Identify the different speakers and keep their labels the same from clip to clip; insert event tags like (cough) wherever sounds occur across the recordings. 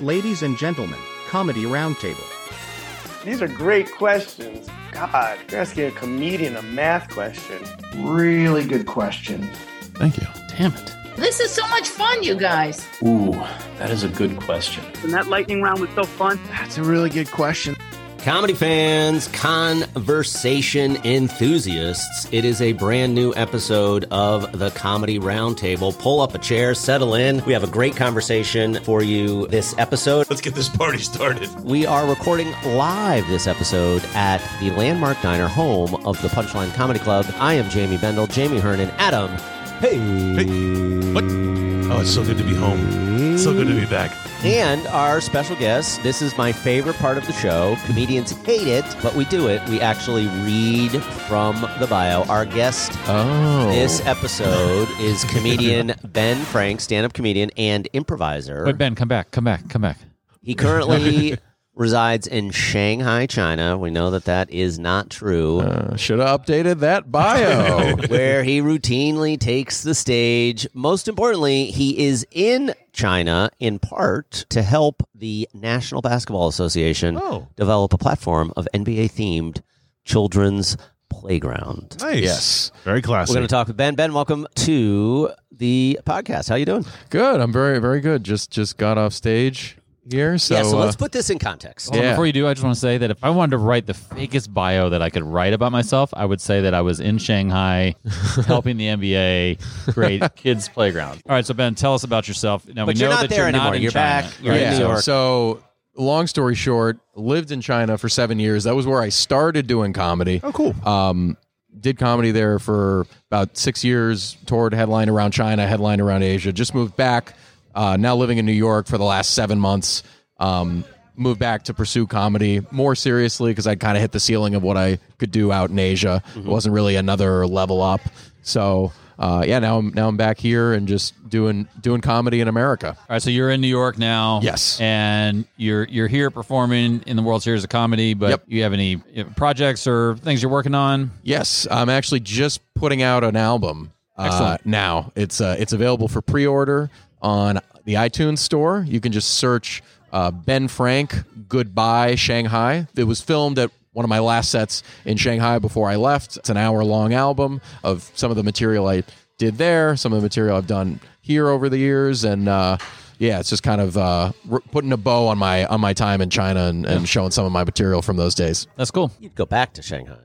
Speaker 1: Ladies and gentlemen, Comedy Roundtable.
Speaker 2: These are great questions. God, you're asking a comedian a math question.
Speaker 3: Really good question.
Speaker 4: Thank you.
Speaker 5: Damn it.
Speaker 6: This is so much fun, you guys.
Speaker 7: Ooh, that is a good question.
Speaker 8: And that lightning round was so fun.
Speaker 4: That's a really good question.
Speaker 9: Comedy fans, conversation enthusiasts, it is a brand new episode of the Comedy Roundtable. Pull up a chair, settle in. We have a great conversation for you this episode.
Speaker 10: Let's get this party started.
Speaker 9: We are recording live this episode at the Landmark Diner, home of the Punchline Comedy Club. I am Jamie Bendel, Jamie Hernan, Adam. Hey.
Speaker 10: Hey. What? Oh, it's so good to be home. So good to be back.
Speaker 9: And our special guest, this is my favorite part of the show. Comedians hate it, but we do it. We actually read from the bio. Our guest
Speaker 4: Oh.
Speaker 9: this episode is comedian Ben Frank, stand up comedian and improviser.
Speaker 5: Wait, Ben, come back, come back, come back.
Speaker 9: He currently resides in Shanghai, China. We know that that is not true.
Speaker 4: Uh, should have updated that
Speaker 10: (laughs) Oh.
Speaker 4: bio.
Speaker 9: (laughs) where he routinely takes the stage. Most importantly, he is in China in part to help the National Basketball Association
Speaker 10: Oh.
Speaker 9: develop a platform of NBA themed children's playground.
Speaker 10: Nice.
Speaker 4: yes.
Speaker 10: Very
Speaker 9: We're
Speaker 10: classic.
Speaker 9: going to talk with Ben. Ben, welcome to the podcast. How you doing?
Speaker 4: Good. I'm very, very good. Just, just got off stage here. So,
Speaker 9: yeah, so let's
Speaker 4: uh,
Speaker 9: put this in context.
Speaker 4: Yeah.
Speaker 5: Well, before you do, I just want to say that if I wanted to write the fakest bio that I could write about myself, I would say that I was
Speaker 4: (laughs)
Speaker 5: in Shanghai helping the NBA create kids' playground. All right, so Ben, tell us about yourself. Now
Speaker 9: But
Speaker 5: we
Speaker 9: you're
Speaker 5: know
Speaker 9: not
Speaker 5: that
Speaker 9: there
Speaker 5: you're
Speaker 9: anymore.
Speaker 5: not in
Speaker 9: You're
Speaker 5: China.
Speaker 9: back. You're in
Speaker 4: yeah.
Speaker 9: New York.
Speaker 4: So, long story short, lived in China for seven years. That was where I started doing comedy.
Speaker 10: oh, cool.
Speaker 4: Um, did comedy there for about six years, toured headline around China, headline around Asia, just moved back, uh, now living in New York for the last seven months. Um, moved back to pursue comedy more seriously because I'd kind of hit the ceiling of what I could do out in Asia.
Speaker 10: Mm-hmm.
Speaker 4: It wasn't really another level up. So, uh, yeah, now I'm now I'm back here and just doing doing comedy in America.
Speaker 5: All right, so you're in New York now.
Speaker 4: Yes.
Speaker 5: and you're you're here performing in the World Series of Comedy. But
Speaker 4: Yep.
Speaker 5: you have any uh, projects or things you're working on?
Speaker 4: Yes, I'm actually just putting out an album uh,
Speaker 5: Excellent.
Speaker 4: now. It's uh, it's available for pre-order on the iTunes store. You can just search uh, Ben Frank Goodbye Shanghai. It was filmed at one of my last sets in Shanghai before I left. It's an hour-long album of some of the material I did there, some of the material I've done here over the years, and. Uh, yeah, it's just kind of uh, r- putting a bow on my on my time in China and, and showing some of my material from those days.
Speaker 5: That's cool.
Speaker 9: You'd go back to Shanghai.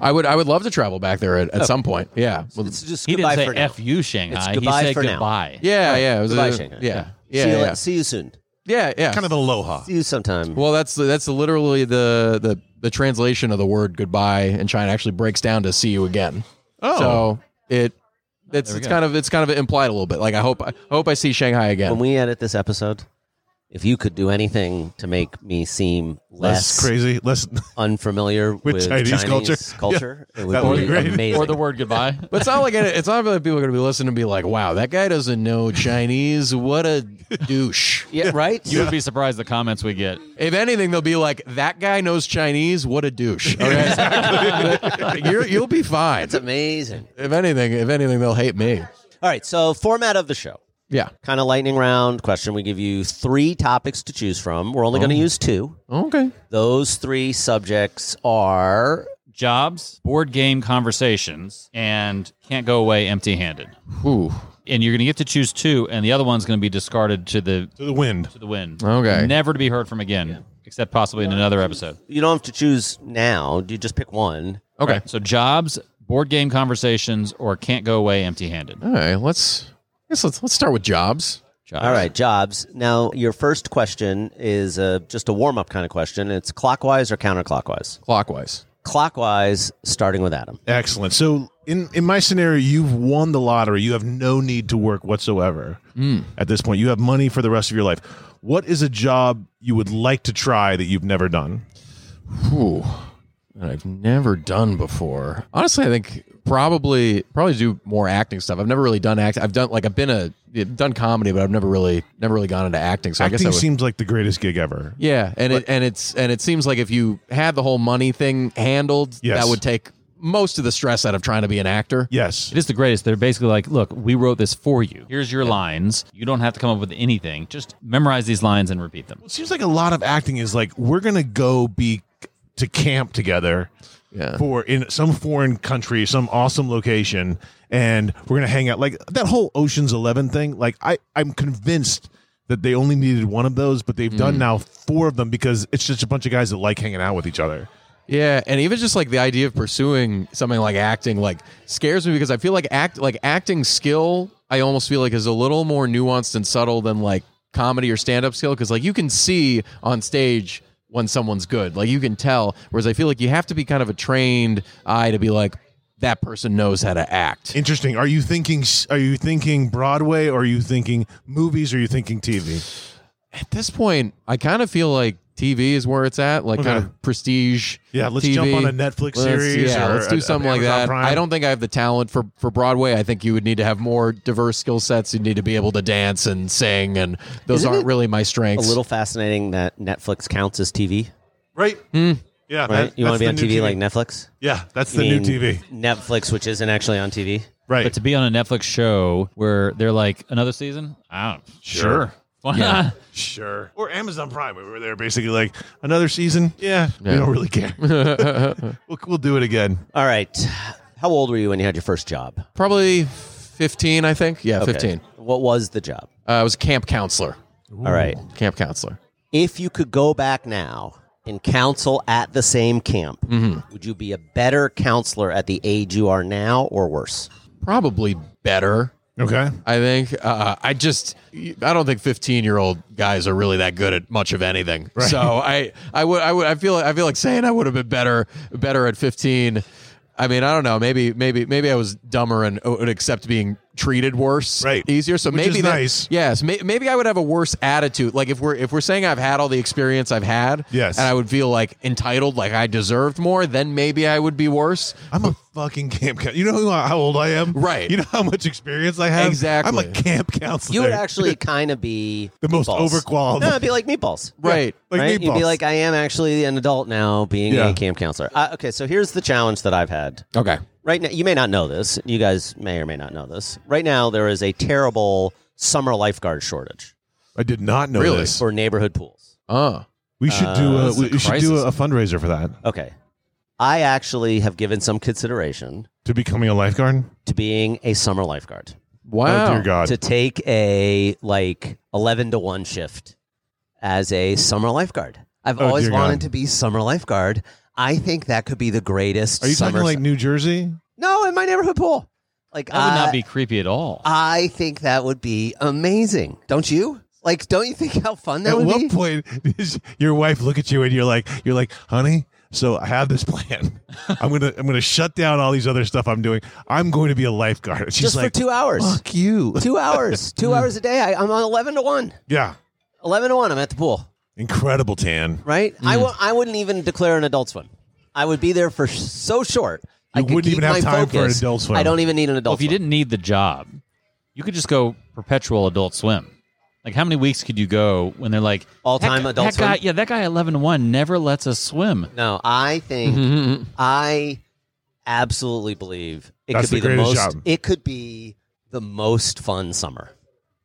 Speaker 4: I would I would love to travel back there at, at some point. Yeah. Well,
Speaker 9: It's just
Speaker 5: He didn't
Speaker 9: goodbye
Speaker 5: say
Speaker 9: for now.
Speaker 5: "f you, Shanghai." He
Speaker 9: goodbye
Speaker 5: said
Speaker 9: for now.
Speaker 5: goodbye.
Speaker 4: yeah, yeah. It was
Speaker 9: Goodbye,
Speaker 4: a-
Speaker 9: Shanghai.
Speaker 4: yeah.
Speaker 9: see, you,
Speaker 4: Yeah, yeah.
Speaker 9: see you soon.
Speaker 4: Yeah, yeah.
Speaker 10: kind of aloha.
Speaker 9: See you sometime.
Speaker 4: Well, that's that's literally the, the the translation of the word goodbye in China actually breaks down to see you again.
Speaker 10: Oh.
Speaker 4: So it it's,
Speaker 5: we
Speaker 4: it's
Speaker 5: go.
Speaker 4: kind of it's kind of implied a little bit. Like I hope I hope I see Shanghai
Speaker 9: when
Speaker 4: again.
Speaker 9: we edit this episode, if you could do anything to make me seem
Speaker 10: Less
Speaker 9: less
Speaker 10: crazy. (laughs) Less.
Speaker 9: unfamiliar with,
Speaker 10: Chinese culture.
Speaker 9: (laughs) culture, it would
Speaker 10: that would
Speaker 9: be
Speaker 10: be great.
Speaker 9: amazing.
Speaker 5: Or the
Speaker 9: (laughs)
Speaker 5: word goodbye.
Speaker 4: But it's not like it, it's not like people are going to be listening and be like, "Wow, that guy doesn't know Chinese. What a douche."
Speaker 9: yeah, right?
Speaker 5: You would be surprised the comments we get.
Speaker 4: If anything, they'll be like, "That guy knows Chinese. What a douche." Okay? (laughs) You're, you'll be fine.
Speaker 9: It's amazing.
Speaker 4: if anything, if anything, they'll hate me.
Speaker 9: All right, so format of the show.
Speaker 4: Yeah.
Speaker 9: Kind of lightning round question. We give you three topics to choose from. We're only going to use two.
Speaker 4: Okay.
Speaker 9: Those three subjects are
Speaker 5: Jobs, board game conversations, and can't go away empty handed.
Speaker 4: Ooh.
Speaker 5: And you're going to get to choose two, and the other one's going to be discarded to the
Speaker 10: To the wind.
Speaker 5: to the wind.
Speaker 4: Okay.
Speaker 5: Never to be heard from again, except possibly in another episode.
Speaker 9: you don't have to choose now. You just pick one.
Speaker 4: Okay.
Speaker 5: So jobs, board game conversations, or can't go away empty handed.
Speaker 4: All right. Let's. I guess let's let's start with jobs.
Speaker 9: All right, jobs. Now, your first question is uh, just a warm up kind of question. It's clockwise or counterclockwise?
Speaker 4: Clockwise.
Speaker 9: Clockwise, starting with Adam.
Speaker 10: Excellent. So in in my scenario, you've won the lottery. You have no need to work whatsoever
Speaker 4: Hmm.
Speaker 10: at this point. You have money for the rest of your life. What is a job you would like to try that you've never done?
Speaker 4: Ooh. That I've never done before. Honestly, I think probably probably do more acting stuff. I've never really done act. I've done like I've been a I've done comedy, but I've never really never really gone into acting. So I guess I
Speaker 10: Acting
Speaker 4: would.
Speaker 10: seems like the greatest gig ever.
Speaker 4: yeah, and it and it's and it seems like if you had the whole money thing handled,
Speaker 10: Yes.
Speaker 4: that would take most of the stress out of trying to be an actor.
Speaker 10: Yes.
Speaker 5: It is the greatest. They're basically like, look, we wrote this for you. Here's your lines. You don't have to come up with anything. Just memorize these lines and repeat them.
Speaker 10: It seems like a lot of acting is like we're gonna go be to camp together
Speaker 4: Yeah.
Speaker 10: for in some foreign country, some awesome location, and we're gonna hang out. Like that whole Ocean's Eleven thing. Like I, I'm convinced that they only needed one of those, but they've
Speaker 4: Mm.
Speaker 10: done now four of them because it's just a bunch of guys that like hanging out with each other.
Speaker 4: Yeah, and even just like the idea of pursuing something like acting like scares me because I feel like act like acting skill I almost feel like is a little more nuanced and subtle than like comedy or stand up skill because like you can see on stage when someone's good. Like you can tell whereas I feel like you have to be kind of a trained eye to be like that person knows how to act.
Speaker 10: Interesting. Are you thinking? s- Are you thinking Broadway? Or are you thinking movies? Or are you thinking TV?
Speaker 4: At this point, I kind of feel like TV is where it's at, like kind
Speaker 10: Okay.
Speaker 4: of prestige.
Speaker 10: Yeah, let's
Speaker 4: TV.
Speaker 10: jump on a Netflix series
Speaker 4: Yeah,
Speaker 10: or
Speaker 4: let's do
Speaker 10: a-
Speaker 4: something like
Speaker 10: Amazon
Speaker 4: that.
Speaker 10: Prime.
Speaker 4: I don't think I have the talent for for Broadway. I think you would need to have more diverse skill sets. You need to be able to dance and sing, and those
Speaker 9: Isn't
Speaker 4: aren't
Speaker 9: it
Speaker 4: really my
Speaker 9: A
Speaker 4: strengths.
Speaker 9: little fascinating that Netflix counts as TV,
Speaker 10: Right. Yeah.
Speaker 9: Hmm. right?
Speaker 10: that-
Speaker 9: you want
Speaker 10: that's
Speaker 9: to be
Speaker 10: the
Speaker 9: on
Speaker 10: new
Speaker 9: TV, like Netflix?
Speaker 10: Yeah, that's
Speaker 9: You
Speaker 10: the new
Speaker 9: mean
Speaker 10: TV.
Speaker 9: Netflix, which isn't actually on TV.
Speaker 10: Right.
Speaker 5: But to be on a Netflix show where they're like, another season? I don't Sure. (laughs) Why not?
Speaker 10: Sure. Or Amazon Prime. We were there basically like another season. Yeah,
Speaker 4: Yeah.
Speaker 10: we don't really
Speaker 9: (laughs)
Speaker 10: care. we'll, we'll do it again.
Speaker 9: All right. How old were you when you had your first job?
Speaker 4: (laughs) Probably fifteen, I think. Yeah,
Speaker 9: Okay.
Speaker 4: fifteen.
Speaker 9: What was the job?
Speaker 4: Uh, I was a camp counselor.
Speaker 9: All right.
Speaker 4: Camp counselor.
Speaker 9: If you could go back now and counsel at the same camp, would you be a better counselor at the age you are now
Speaker 10: (laughs)
Speaker 9: or worse?
Speaker 4: Probably better.
Speaker 10: Okay.
Speaker 4: I think uh, I just I don't think 15 year old guys are really that good at much of anything. So I I would I would I feel I feel like saying I would have been better better at 15. I mean I don't know maybe maybe maybe I was dumber and would accept being treated worse
Speaker 10: Right.
Speaker 4: easier. So
Speaker 10: Which
Speaker 4: maybe
Speaker 10: is
Speaker 4: that-
Speaker 10: nice.
Speaker 4: Yes, may, maybe I would have a worse attitude. Like if we're if we're saying I've had all the experience I've had,
Speaker 10: Yes.
Speaker 4: and I would feel like entitled, like I deserved more. Then maybe I would be worse.
Speaker 10: I'm a fucking camp counselor. You know who, how old I am?
Speaker 4: Right.
Speaker 10: You know how much experience I have?
Speaker 4: Exactly.
Speaker 10: I'm a camp counselor.
Speaker 9: You
Speaker 10: (laughs)
Speaker 9: would actually kind of be
Speaker 10: The most
Speaker 9: meatballs.
Speaker 10: overqualified.
Speaker 9: No, it'd be like meatballs.
Speaker 4: Right.
Speaker 10: Like
Speaker 9: right? You'd be
Speaker 10: meatballs.
Speaker 9: like, uh, I am actually an adult now being
Speaker 10: Yeah.
Speaker 9: a camp counselor. Uh, okay, so here's the challenge that I've had.
Speaker 4: Okay.
Speaker 9: Right now, you may not know this. You guys may or may not know this. Right now, there is a terrible summer lifeguard shortage
Speaker 10: I did not know
Speaker 4: Really?
Speaker 10: this.
Speaker 9: for neighborhood pools.
Speaker 10: Oh,
Speaker 4: Uh.
Speaker 10: We should do
Speaker 9: Uh,
Speaker 10: a
Speaker 9: it's
Speaker 10: we,
Speaker 5: a
Speaker 10: we should do
Speaker 5: crisis.
Speaker 10: a, fundraiser for that
Speaker 9: Okay. I actually have given some consideration
Speaker 10: to becoming a lifeguard.
Speaker 9: to being a summer lifeguard,
Speaker 4: Wow.
Speaker 10: Oh dear God.
Speaker 9: to take a like 11 to 1 shift as a summer lifeguard. I've
Speaker 10: Oh,
Speaker 9: always
Speaker 10: dear God.
Speaker 9: wanted to be summer lifeguard. I I think that could be the greatest
Speaker 10: Are you
Speaker 9: summer
Speaker 10: talking like New Jersey?
Speaker 9: No, in my neighborhood pool. Like
Speaker 5: That would
Speaker 9: I-
Speaker 5: not be creepy at all.
Speaker 9: Uh, I think that would be amazing. Don't you? Like, don't you think how fun that
Speaker 10: at
Speaker 9: would
Speaker 10: what
Speaker 9: be?
Speaker 10: point does your wife look at you and you're like you're like honey so i have this plan i'm gonna i'm gonna shut down all these other stuff i'm doing i'm going to be a lifeguard And she's
Speaker 9: Just
Speaker 10: like
Speaker 9: for two hours.
Speaker 10: fuck you
Speaker 9: (laughs)
Speaker 10: (laughs)
Speaker 9: Two hours. Two hours a day. I, I'm on 11 to 1.
Speaker 10: yeah
Speaker 9: 11 to 1. I'm at the pool,
Speaker 10: incredible tan
Speaker 9: right? I
Speaker 10: Hmm.
Speaker 9: w- I wouldn't even declare an adult swim. I would be there for sh- so short. I
Speaker 10: You
Speaker 9: could
Speaker 10: wouldn't
Speaker 9: keep
Speaker 10: even have
Speaker 9: my
Speaker 10: time for an
Speaker 9: focus.
Speaker 10: adult swim.
Speaker 9: I don't even need an
Speaker 5: Well,
Speaker 9: adult
Speaker 5: if you
Speaker 9: swim.
Speaker 5: didn't need the job, you could just go perpetual adult swim. Like, how many weeks could you go when they're like
Speaker 9: All-time
Speaker 5: "That-
Speaker 9: Adult
Speaker 5: that guy-
Speaker 9: Swim?
Speaker 5: yeah, that guy eleven to one never lets
Speaker 9: (laughs)
Speaker 5: us swim.
Speaker 9: No, I think
Speaker 10: Mm-hmm.
Speaker 9: I absolutely believe it
Speaker 10: That's
Speaker 9: could be
Speaker 10: the
Speaker 9: the,
Speaker 10: greatest
Speaker 9: most.
Speaker 10: job.
Speaker 9: It could be the most fun summer.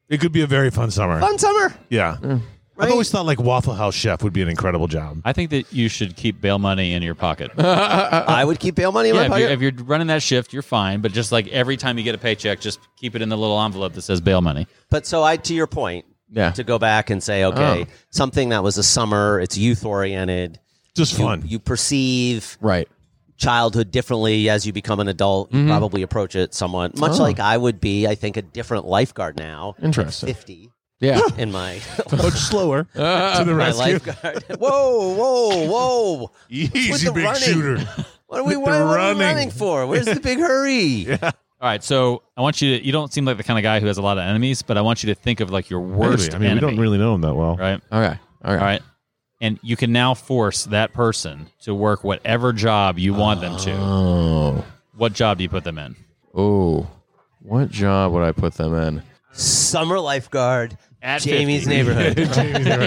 Speaker 10: it could be a very fun summer
Speaker 9: Fun summer.
Speaker 10: yeah
Speaker 9: Right?
Speaker 10: i've always thought like waffle house chef would be an incredible job
Speaker 5: I think that you should keep bail money in your pocket.
Speaker 9: I would keep bail money in
Speaker 5: yeah,
Speaker 9: my
Speaker 5: if
Speaker 9: pocket.
Speaker 5: you're, if you're running that shift, you're fine. But just like every time you get a paycheck, just keep it in the little envelope that says bail money.
Speaker 9: But so I, to your point,
Speaker 4: Yeah.
Speaker 9: to go back and say, okay,
Speaker 4: Oh.
Speaker 9: something that was a summer, it's youth oriented.
Speaker 10: just fun
Speaker 9: You perceive
Speaker 4: Right.
Speaker 9: childhood differently as you become an adult. You
Speaker 5: Mm-hmm.
Speaker 9: probably approach it somewhat, much
Speaker 5: Oh.
Speaker 9: like I would be. I think a different lifeguard now,
Speaker 4: Interesting.
Speaker 9: fifty
Speaker 4: Yeah.
Speaker 9: in
Speaker 5: (laughs)
Speaker 9: my (laughs)
Speaker 10: much slower to the
Speaker 9: my
Speaker 10: rescue
Speaker 9: lifeguard. (laughs) whoa, whoa, whoa! With
Speaker 10: easy
Speaker 9: the
Speaker 10: big
Speaker 9: running.
Speaker 10: shooter
Speaker 9: What are we,
Speaker 10: With
Speaker 9: what
Speaker 10: the
Speaker 9: are we running.
Speaker 10: running.
Speaker 9: for? Where's the big
Speaker 5: (laughs)
Speaker 9: hurry?
Speaker 5: All right, so I want you to. You don't seem like the kind of guy who has a lot of enemies, but I want you to think of like your worst
Speaker 10: Maybe. i mean we don't
Speaker 5: enemy,
Speaker 10: really know him that well
Speaker 5: right?
Speaker 4: Okay. All
Speaker 5: All
Speaker 4: right.
Speaker 5: right. And you can now force that person to work whatever job you want them to.
Speaker 4: Oh.
Speaker 5: What job do you put them in?
Speaker 4: Oh. What job would I put them in?
Speaker 9: Summer lifeguard,
Speaker 5: At
Speaker 9: Jamie's
Speaker 5: (laughs)
Speaker 9: neighborhood.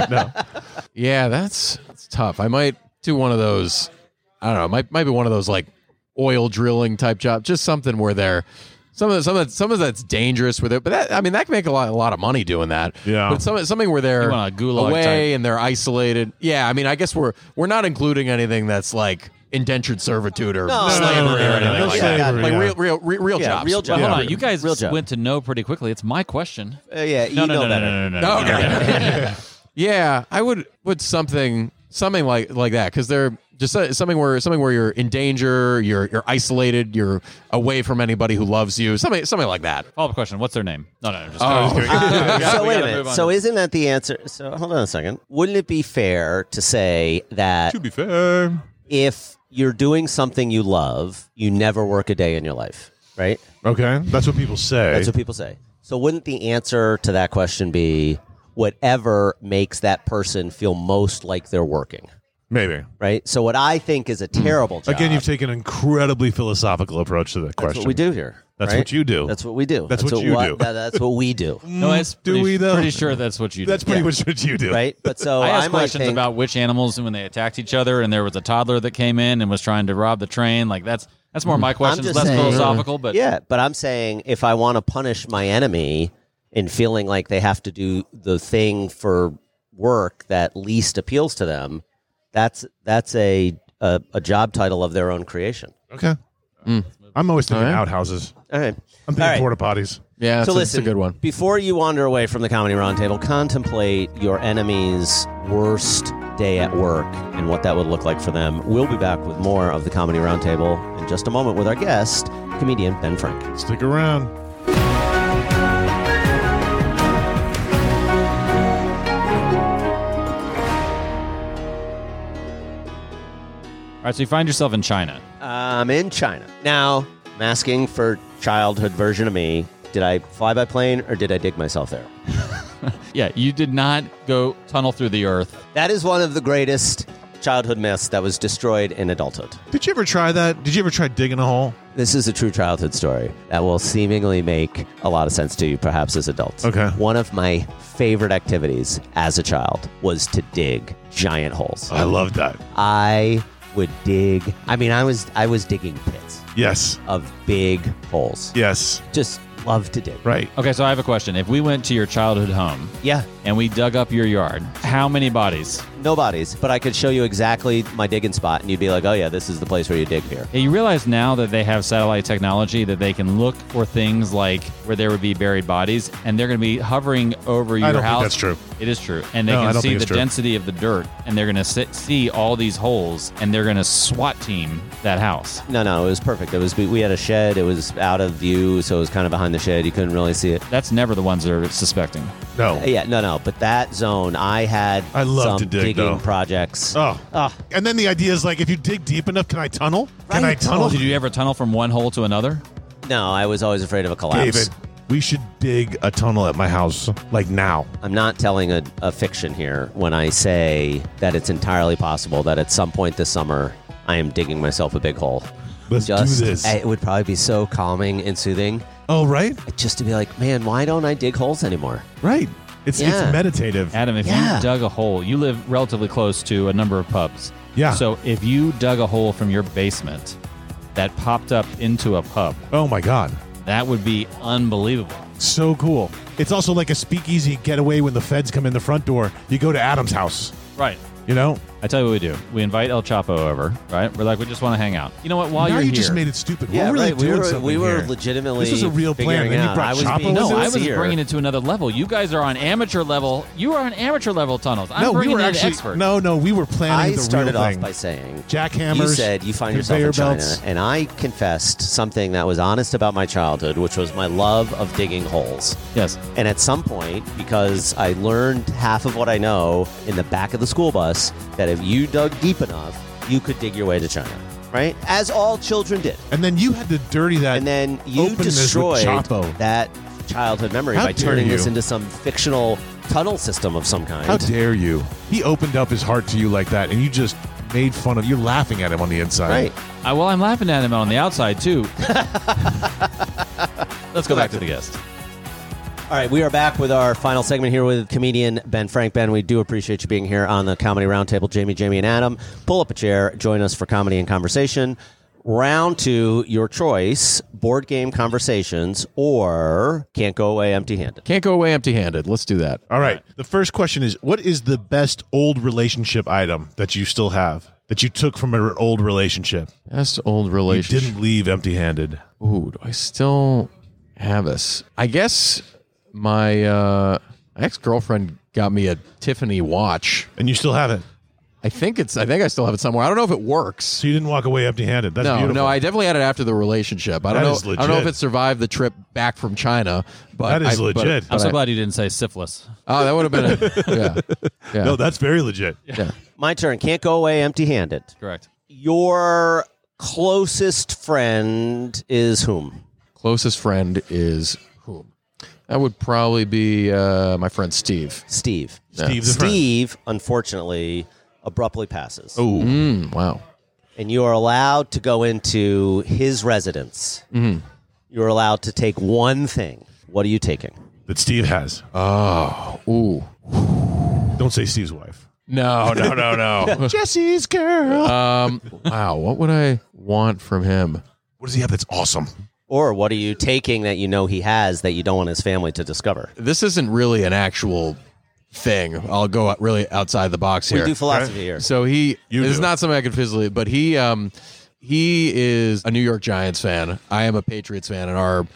Speaker 10: no.
Speaker 4: Yeah, that's, that's tough. I might do one of those. I don't know. Might might be one of those like oil drilling type job, just something where they're some of the, some of the, some of that's dangerous with it. But that, I mean, that can make a lot a lot of money doing that.
Speaker 10: Yeah.
Speaker 4: But some something where they're
Speaker 5: You want a gulag
Speaker 4: away
Speaker 5: type.
Speaker 4: and they're isolated. Yeah. I mean, I guess we're we're not including anything that's like indentured servitude or
Speaker 9: No, no,
Speaker 10: no,
Speaker 4: slavery
Speaker 10: no,
Speaker 4: or
Speaker 10: no,
Speaker 4: anything
Speaker 10: no
Speaker 4: like that.
Speaker 10: slavery,
Speaker 4: Like
Speaker 10: yeah.
Speaker 4: real real real, real
Speaker 9: Yeah,
Speaker 4: jobs.
Speaker 9: real
Speaker 5: But
Speaker 9: Yeah.
Speaker 5: hold on, you guys
Speaker 9: Real job.
Speaker 5: went to know pretty quickly. It's my question.
Speaker 9: Uh, yeah, you
Speaker 5: No, no,
Speaker 9: know
Speaker 5: no, no,
Speaker 9: better.
Speaker 5: no, no, (laughs) no, no, no.
Speaker 4: Oh, Okay. yeah, I would would something something like like that because they're just so- something where something where you're in danger, you're you're isolated, you're away from anybody who loves you, something something like that.
Speaker 5: Follow up question. What's their name? No, no, no just
Speaker 4: Oh.
Speaker 5: kidding.
Speaker 10: (laughs)
Speaker 9: Uh,
Speaker 5: Yeah,
Speaker 9: so
Speaker 5: we
Speaker 9: wait a
Speaker 5: gotta move
Speaker 9: minute.
Speaker 5: on.
Speaker 9: So isn't that the answer? So hold on a second. Wouldn't it be fair to say that
Speaker 10: To be fair,
Speaker 9: if you're doing something you love, you never work a day in your life, right?
Speaker 10: okay, that's what people say.
Speaker 9: That's what people say. So wouldn't the answer to that question be whatever makes that person feel most like they're working,
Speaker 10: Maybe
Speaker 9: right? So what I think is a terrible job.
Speaker 10: Hmm. again, you've taken an incredibly philosophical approach to that
Speaker 9: that's
Speaker 10: question.
Speaker 9: what we do here.
Speaker 10: That's
Speaker 9: right?
Speaker 10: what you do.
Speaker 9: That's what we do.
Speaker 10: That's what you do.
Speaker 9: that- that's what
Speaker 10: (laughs)
Speaker 9: we do.
Speaker 5: no, it's
Speaker 10: Do
Speaker 5: pretty,
Speaker 10: we, though?
Speaker 5: pretty sure that's what you did.
Speaker 10: That's pretty much what you do.
Speaker 9: Right? But so
Speaker 5: I asked
Speaker 9: might
Speaker 5: questions
Speaker 9: think-
Speaker 5: about which animals when they attacked each other, and there was a toddler that came in and was trying to rob the train. Like that's that's more my questions,
Speaker 9: Hmm. just
Speaker 5: less
Speaker 9: saying.
Speaker 5: philosophical. But
Speaker 9: yeah, but I'm saying if I want to punish my enemy in feeling like they have to do the thing for work that least appeals to them, that's that's a a, a job title of their own creation.
Speaker 10: Okay. I'm always thinking
Speaker 4: All right.
Speaker 10: outhouses.
Speaker 9: Mm. All right.
Speaker 10: I'm
Speaker 9: All
Speaker 10: thinking
Speaker 9: right.
Speaker 10: porta potties.
Speaker 4: Yeah, that's,
Speaker 9: so
Speaker 4: a, that's
Speaker 9: listen,
Speaker 4: a good one.
Speaker 9: Before you wander away from the comedy roundtable, contemplate your enemy's worst day at work and what that would look like for them. We'll be back with more of the comedy roundtable in just a moment with our guest, comedian Ben Frank.
Speaker 10: Stick around.
Speaker 5: all right, so you find yourself in China.
Speaker 9: I'm Um, in China. Now, I'm asking for childhood version of me. Did I fly by plane or did I dig myself there?
Speaker 5: Yeah, you did not go tunnel through the earth.
Speaker 9: That is one of the greatest childhood myths that was destroyed in adulthood.
Speaker 10: Did you ever try that? Did you ever try digging a hole?
Speaker 9: This is a true childhood story that will seemingly make a lot of sense to you, perhaps as adults.
Speaker 10: Okay.
Speaker 9: One of my favorite activities as a child was to dig giant holes.
Speaker 10: I love that.
Speaker 9: I would dig. I mean, I was I was digging pits
Speaker 10: Yes.
Speaker 9: of big holes.
Speaker 10: Yes.
Speaker 9: Just love to dig.
Speaker 10: Right.
Speaker 5: Okay, so I have a question. If we went to your childhood home
Speaker 9: Yeah.
Speaker 5: and we dug up your yard, how many bodies?
Speaker 9: No bodies, but I could show you exactly my digging spot, and you'd be like, "Oh yeah, this is the place where you dig here."
Speaker 5: Yeah, you realize now that they have satellite technology that they can look for things like where there would be buried bodies, and they're going to be hovering over your
Speaker 10: don't think
Speaker 5: house.
Speaker 10: that's true.
Speaker 5: It is true, and they
Speaker 10: No, I
Speaker 5: can
Speaker 10: don't
Speaker 5: see
Speaker 10: think
Speaker 5: the
Speaker 10: it's true.
Speaker 5: density of the dirt, and they're going to sit, see all these holes, and they're going to SWAT team that house.
Speaker 9: No, no, it was perfect. It was we we had a shed. It was out of view, so it was kind of behind the shed. You couldn't really see it. Uh,
Speaker 5: That's never the ones they're suspecting.
Speaker 10: No.
Speaker 9: Yeah, no, no, but that zone, I had
Speaker 10: I love
Speaker 9: some
Speaker 10: to dig,
Speaker 9: digging
Speaker 10: though.
Speaker 9: projects.
Speaker 10: Oh.
Speaker 9: Ah.
Speaker 10: And then the idea is like, if you dig deep enough, can I tunnel? Can I
Speaker 9: Right.
Speaker 10: tunnel?
Speaker 5: Did you ever tunnel from one hole to another?
Speaker 9: No, I was always afraid of a collapse.
Speaker 10: David, we should dig a tunnel at my house, like now.
Speaker 9: I'm not telling a, a fiction here when I say that it's entirely possible that at some point this summer I am digging myself a big hole.
Speaker 10: Let's
Speaker 9: Just eh,
Speaker 10: do this.
Speaker 9: it would probably be so calming and soothing.
Speaker 10: oh, right,
Speaker 9: just to be like, man, why don't I dig holes anymore?
Speaker 10: right. It's
Speaker 9: Yeah.
Speaker 10: it's meditative.
Speaker 5: Adam, if
Speaker 9: Yeah.
Speaker 5: you dug a hole, you live relatively close to a number of pubs.
Speaker 10: Yeah.
Speaker 5: So if you dug a hole from your basement that popped up into a pub,
Speaker 10: oh my god,
Speaker 5: that would be unbelievable.
Speaker 10: so cool. It's also like a speakeasy getaway when the feds come in the front door. You go to Adam's house.
Speaker 5: Right.
Speaker 10: You know.
Speaker 5: I tell you what we do. We invite El Chapo over, right? We're like, we just want to hang out. You know what? While
Speaker 10: now
Speaker 5: you're
Speaker 10: you
Speaker 5: here,
Speaker 10: just made it stupid.
Speaker 9: Yeah,
Speaker 10: we're really
Speaker 9: right.
Speaker 10: doing
Speaker 9: we were,
Speaker 10: something
Speaker 9: we were
Speaker 10: here.
Speaker 9: legitimately.
Speaker 10: This was a real plan,
Speaker 9: figuring
Speaker 10: and you
Speaker 9: out.
Speaker 10: brought
Speaker 9: I was
Speaker 10: Chapo
Speaker 9: being
Speaker 10: into
Speaker 5: no, I was
Speaker 9: sincere.
Speaker 5: bringing it to another level. You guys are on amateur level. You are on amateur level tunnels. I'm
Speaker 10: no, we
Speaker 5: bringing
Speaker 10: were
Speaker 5: in
Speaker 10: actually
Speaker 5: expert.
Speaker 10: no, no. We were planning
Speaker 9: I
Speaker 10: the
Speaker 9: started
Speaker 10: real
Speaker 9: off
Speaker 10: thing.
Speaker 9: by saying,
Speaker 10: Jackhammers.
Speaker 9: you said you find yourself in
Speaker 10: conveyor
Speaker 9: China,
Speaker 10: belts.
Speaker 9: and I confessed something that was honest about my childhood, which was my love of digging holes.
Speaker 5: Yes.
Speaker 9: And at some point, because I learned half of what I know in the back of the school bus, that if you dug deep enough, you could dig your way to China, right? As all children did.
Speaker 10: And then you had to dirty that.
Speaker 9: and then you
Speaker 10: openness with
Speaker 9: destroyed
Speaker 10: Chapo.
Speaker 9: that childhood memory
Speaker 10: How
Speaker 9: by
Speaker 10: dare
Speaker 9: turning this
Speaker 10: you.
Speaker 9: into some fictional tunnel system of some kind.
Speaker 10: How dare you? He opened up his heart to you like that, and you just made fun of. You're laughing at him on the inside.
Speaker 9: right.
Speaker 5: I, well, I'm laughing at him on the
Speaker 10: (laughs)
Speaker 5: outside, too. Let's go back to the guest.
Speaker 9: All right, we are back with our final segment here with comedian Ben Frank. Ben, we do appreciate you being here on the Comedy Roundtable. Jamie, Jamie, and Adam, pull up a chair, join us for comedy and conversation. Round two, your choice board game conversations or can't go away empty handed.
Speaker 4: Can't go away empty-handed. Let's do that.
Speaker 10: All right. The first question is what is the best old relationship item that you still have that you took from an old relationship?
Speaker 4: Best old
Speaker 10: You
Speaker 4: relationship.
Speaker 10: didn't leave empty handed.
Speaker 4: Ooh, do I still have this? I guess my uh, ex girlfriend got me a Tiffany watch.
Speaker 10: And you still have it.
Speaker 4: I think it's. I think I still have it somewhere. I don't know if it works.
Speaker 10: So you didn't walk away empty handed. That's
Speaker 4: No,
Speaker 10: beautiful.
Speaker 4: no, I definitely had it after the relationship. I don't
Speaker 10: That
Speaker 4: know.
Speaker 10: is
Speaker 4: I don't know if
Speaker 10: legit.
Speaker 4: it survived the trip back from China. But
Speaker 10: That is
Speaker 4: I- but-
Speaker 10: legit.
Speaker 5: I'm so
Speaker 4: but I-
Speaker 5: glad you didn't say syphilis.
Speaker 4: oh, that would have been. A, (laughs) yeah, yeah.
Speaker 10: No, that's very legit.
Speaker 9: My turn. Can't go away empty handed.
Speaker 5: Correct.
Speaker 9: Your closest friend is whom?
Speaker 4: Closest friend is whom? That would probably be uh, my friend Steve.
Speaker 9: Steve.
Speaker 10: Steve the friend.
Speaker 9: Steve, unfortunately, abruptly passes.
Speaker 10: Oh,
Speaker 4: Mm, wow.
Speaker 9: and you are allowed to go into his residence. You're allowed to take one thing. What are you taking?
Speaker 10: that Steve has. Uh,
Speaker 4: Oh, ooh.
Speaker 10: Don't say Steve's wife.
Speaker 4: No, no, no,
Speaker 10: (laughs)
Speaker 4: no.
Speaker 10: Jesse's girl.
Speaker 4: um, (laughs) wow. What would I want from him?
Speaker 10: What does he have that's awesome?
Speaker 9: Or what are you taking that you know he has that you don't want his family to discover?
Speaker 4: This isn't really an actual thing. I'll go out really outside the box
Speaker 9: We
Speaker 4: here.
Speaker 9: do philosophy here.
Speaker 4: so he
Speaker 10: You
Speaker 4: this
Speaker 10: do.
Speaker 4: is not something I could physically, but he um he is a New York Giants fan. I am a Patriots fan. In our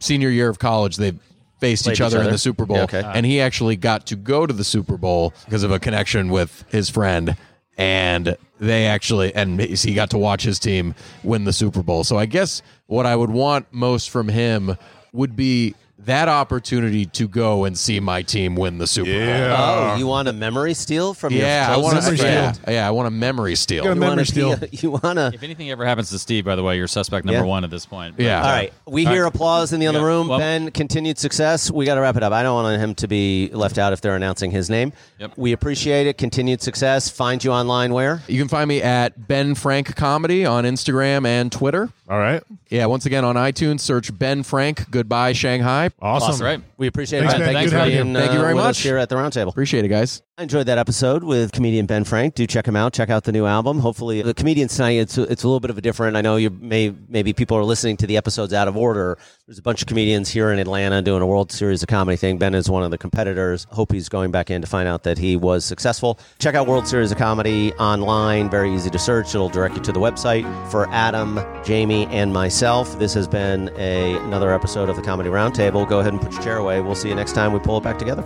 Speaker 4: senior year of college, they faced
Speaker 9: Played
Speaker 4: each other
Speaker 9: each
Speaker 4: in
Speaker 9: other?
Speaker 4: the Super Bowl,
Speaker 9: Yeah, okay.
Speaker 4: and he actually got to go to the Super Bowl because of a connection with his friend. And they actually, and he got to watch his team win the Super Bowl. So I guess what I would want most from him would be that opportunity to go and see my team win the Super Bowl.
Speaker 9: oh, you want a memory steal from
Speaker 4: Yeah, I
Speaker 9: your
Speaker 4: want
Speaker 9: closest
Speaker 4: a
Speaker 10: memory
Speaker 4: yeah,
Speaker 9: friend?
Speaker 4: yeah, I want a memory steal.
Speaker 10: Got a
Speaker 9: You want
Speaker 10: memory
Speaker 9: to
Speaker 10: steal.
Speaker 9: (laughs) You want to?
Speaker 5: If anything ever happens to Steve, by the way, you're suspect number
Speaker 9: Yeah.
Speaker 5: one at this point.
Speaker 4: Yeah.
Speaker 9: All right, we hear applause in the other
Speaker 5: Yeah,
Speaker 9: room.
Speaker 5: well-
Speaker 9: ben, continued success. We got to wrap it up. I don't want him to be left out if they're announcing his name.
Speaker 5: Yep.
Speaker 9: We appreciate it. Continued success. Find you online where?
Speaker 4: You can find me at Ben Frank Comedy on Instagram and Twitter.
Speaker 10: All right.
Speaker 4: Yeah, once again on iTunes, search Ben Frank. Goodbye, Shanghai.
Speaker 10: Awesome.
Speaker 5: That's right.
Speaker 9: We appreciate
Speaker 10: Thanks,
Speaker 9: it.
Speaker 10: Ben.
Speaker 5: Good
Speaker 9: for
Speaker 5: having you.
Speaker 9: being,
Speaker 4: Thank you very
Speaker 9: uh, with
Speaker 4: much.
Speaker 9: us here at the roundtable.
Speaker 4: Appreciate it, guys.
Speaker 9: I enjoyed that episode with comedian Ben Frank. Do check him out. Check out the new album. Hopefully, the comedians tonight. It's it's a little bit of a different. I know you may maybe people are listening to the episodes out of order. There's a bunch of comedians here in Atlanta doing a World Series of Comedy thing. Ben is one of the competitors. Hope he's going back in to find out that he was successful. Check out World Series of Comedy online. Very easy to search. It'll direct you to the website. For Adam, Jamie, and myself, this has been a, another episode of the Comedy Roundtable. Go ahead and put your chair away. We'll see you next time we pull it back together.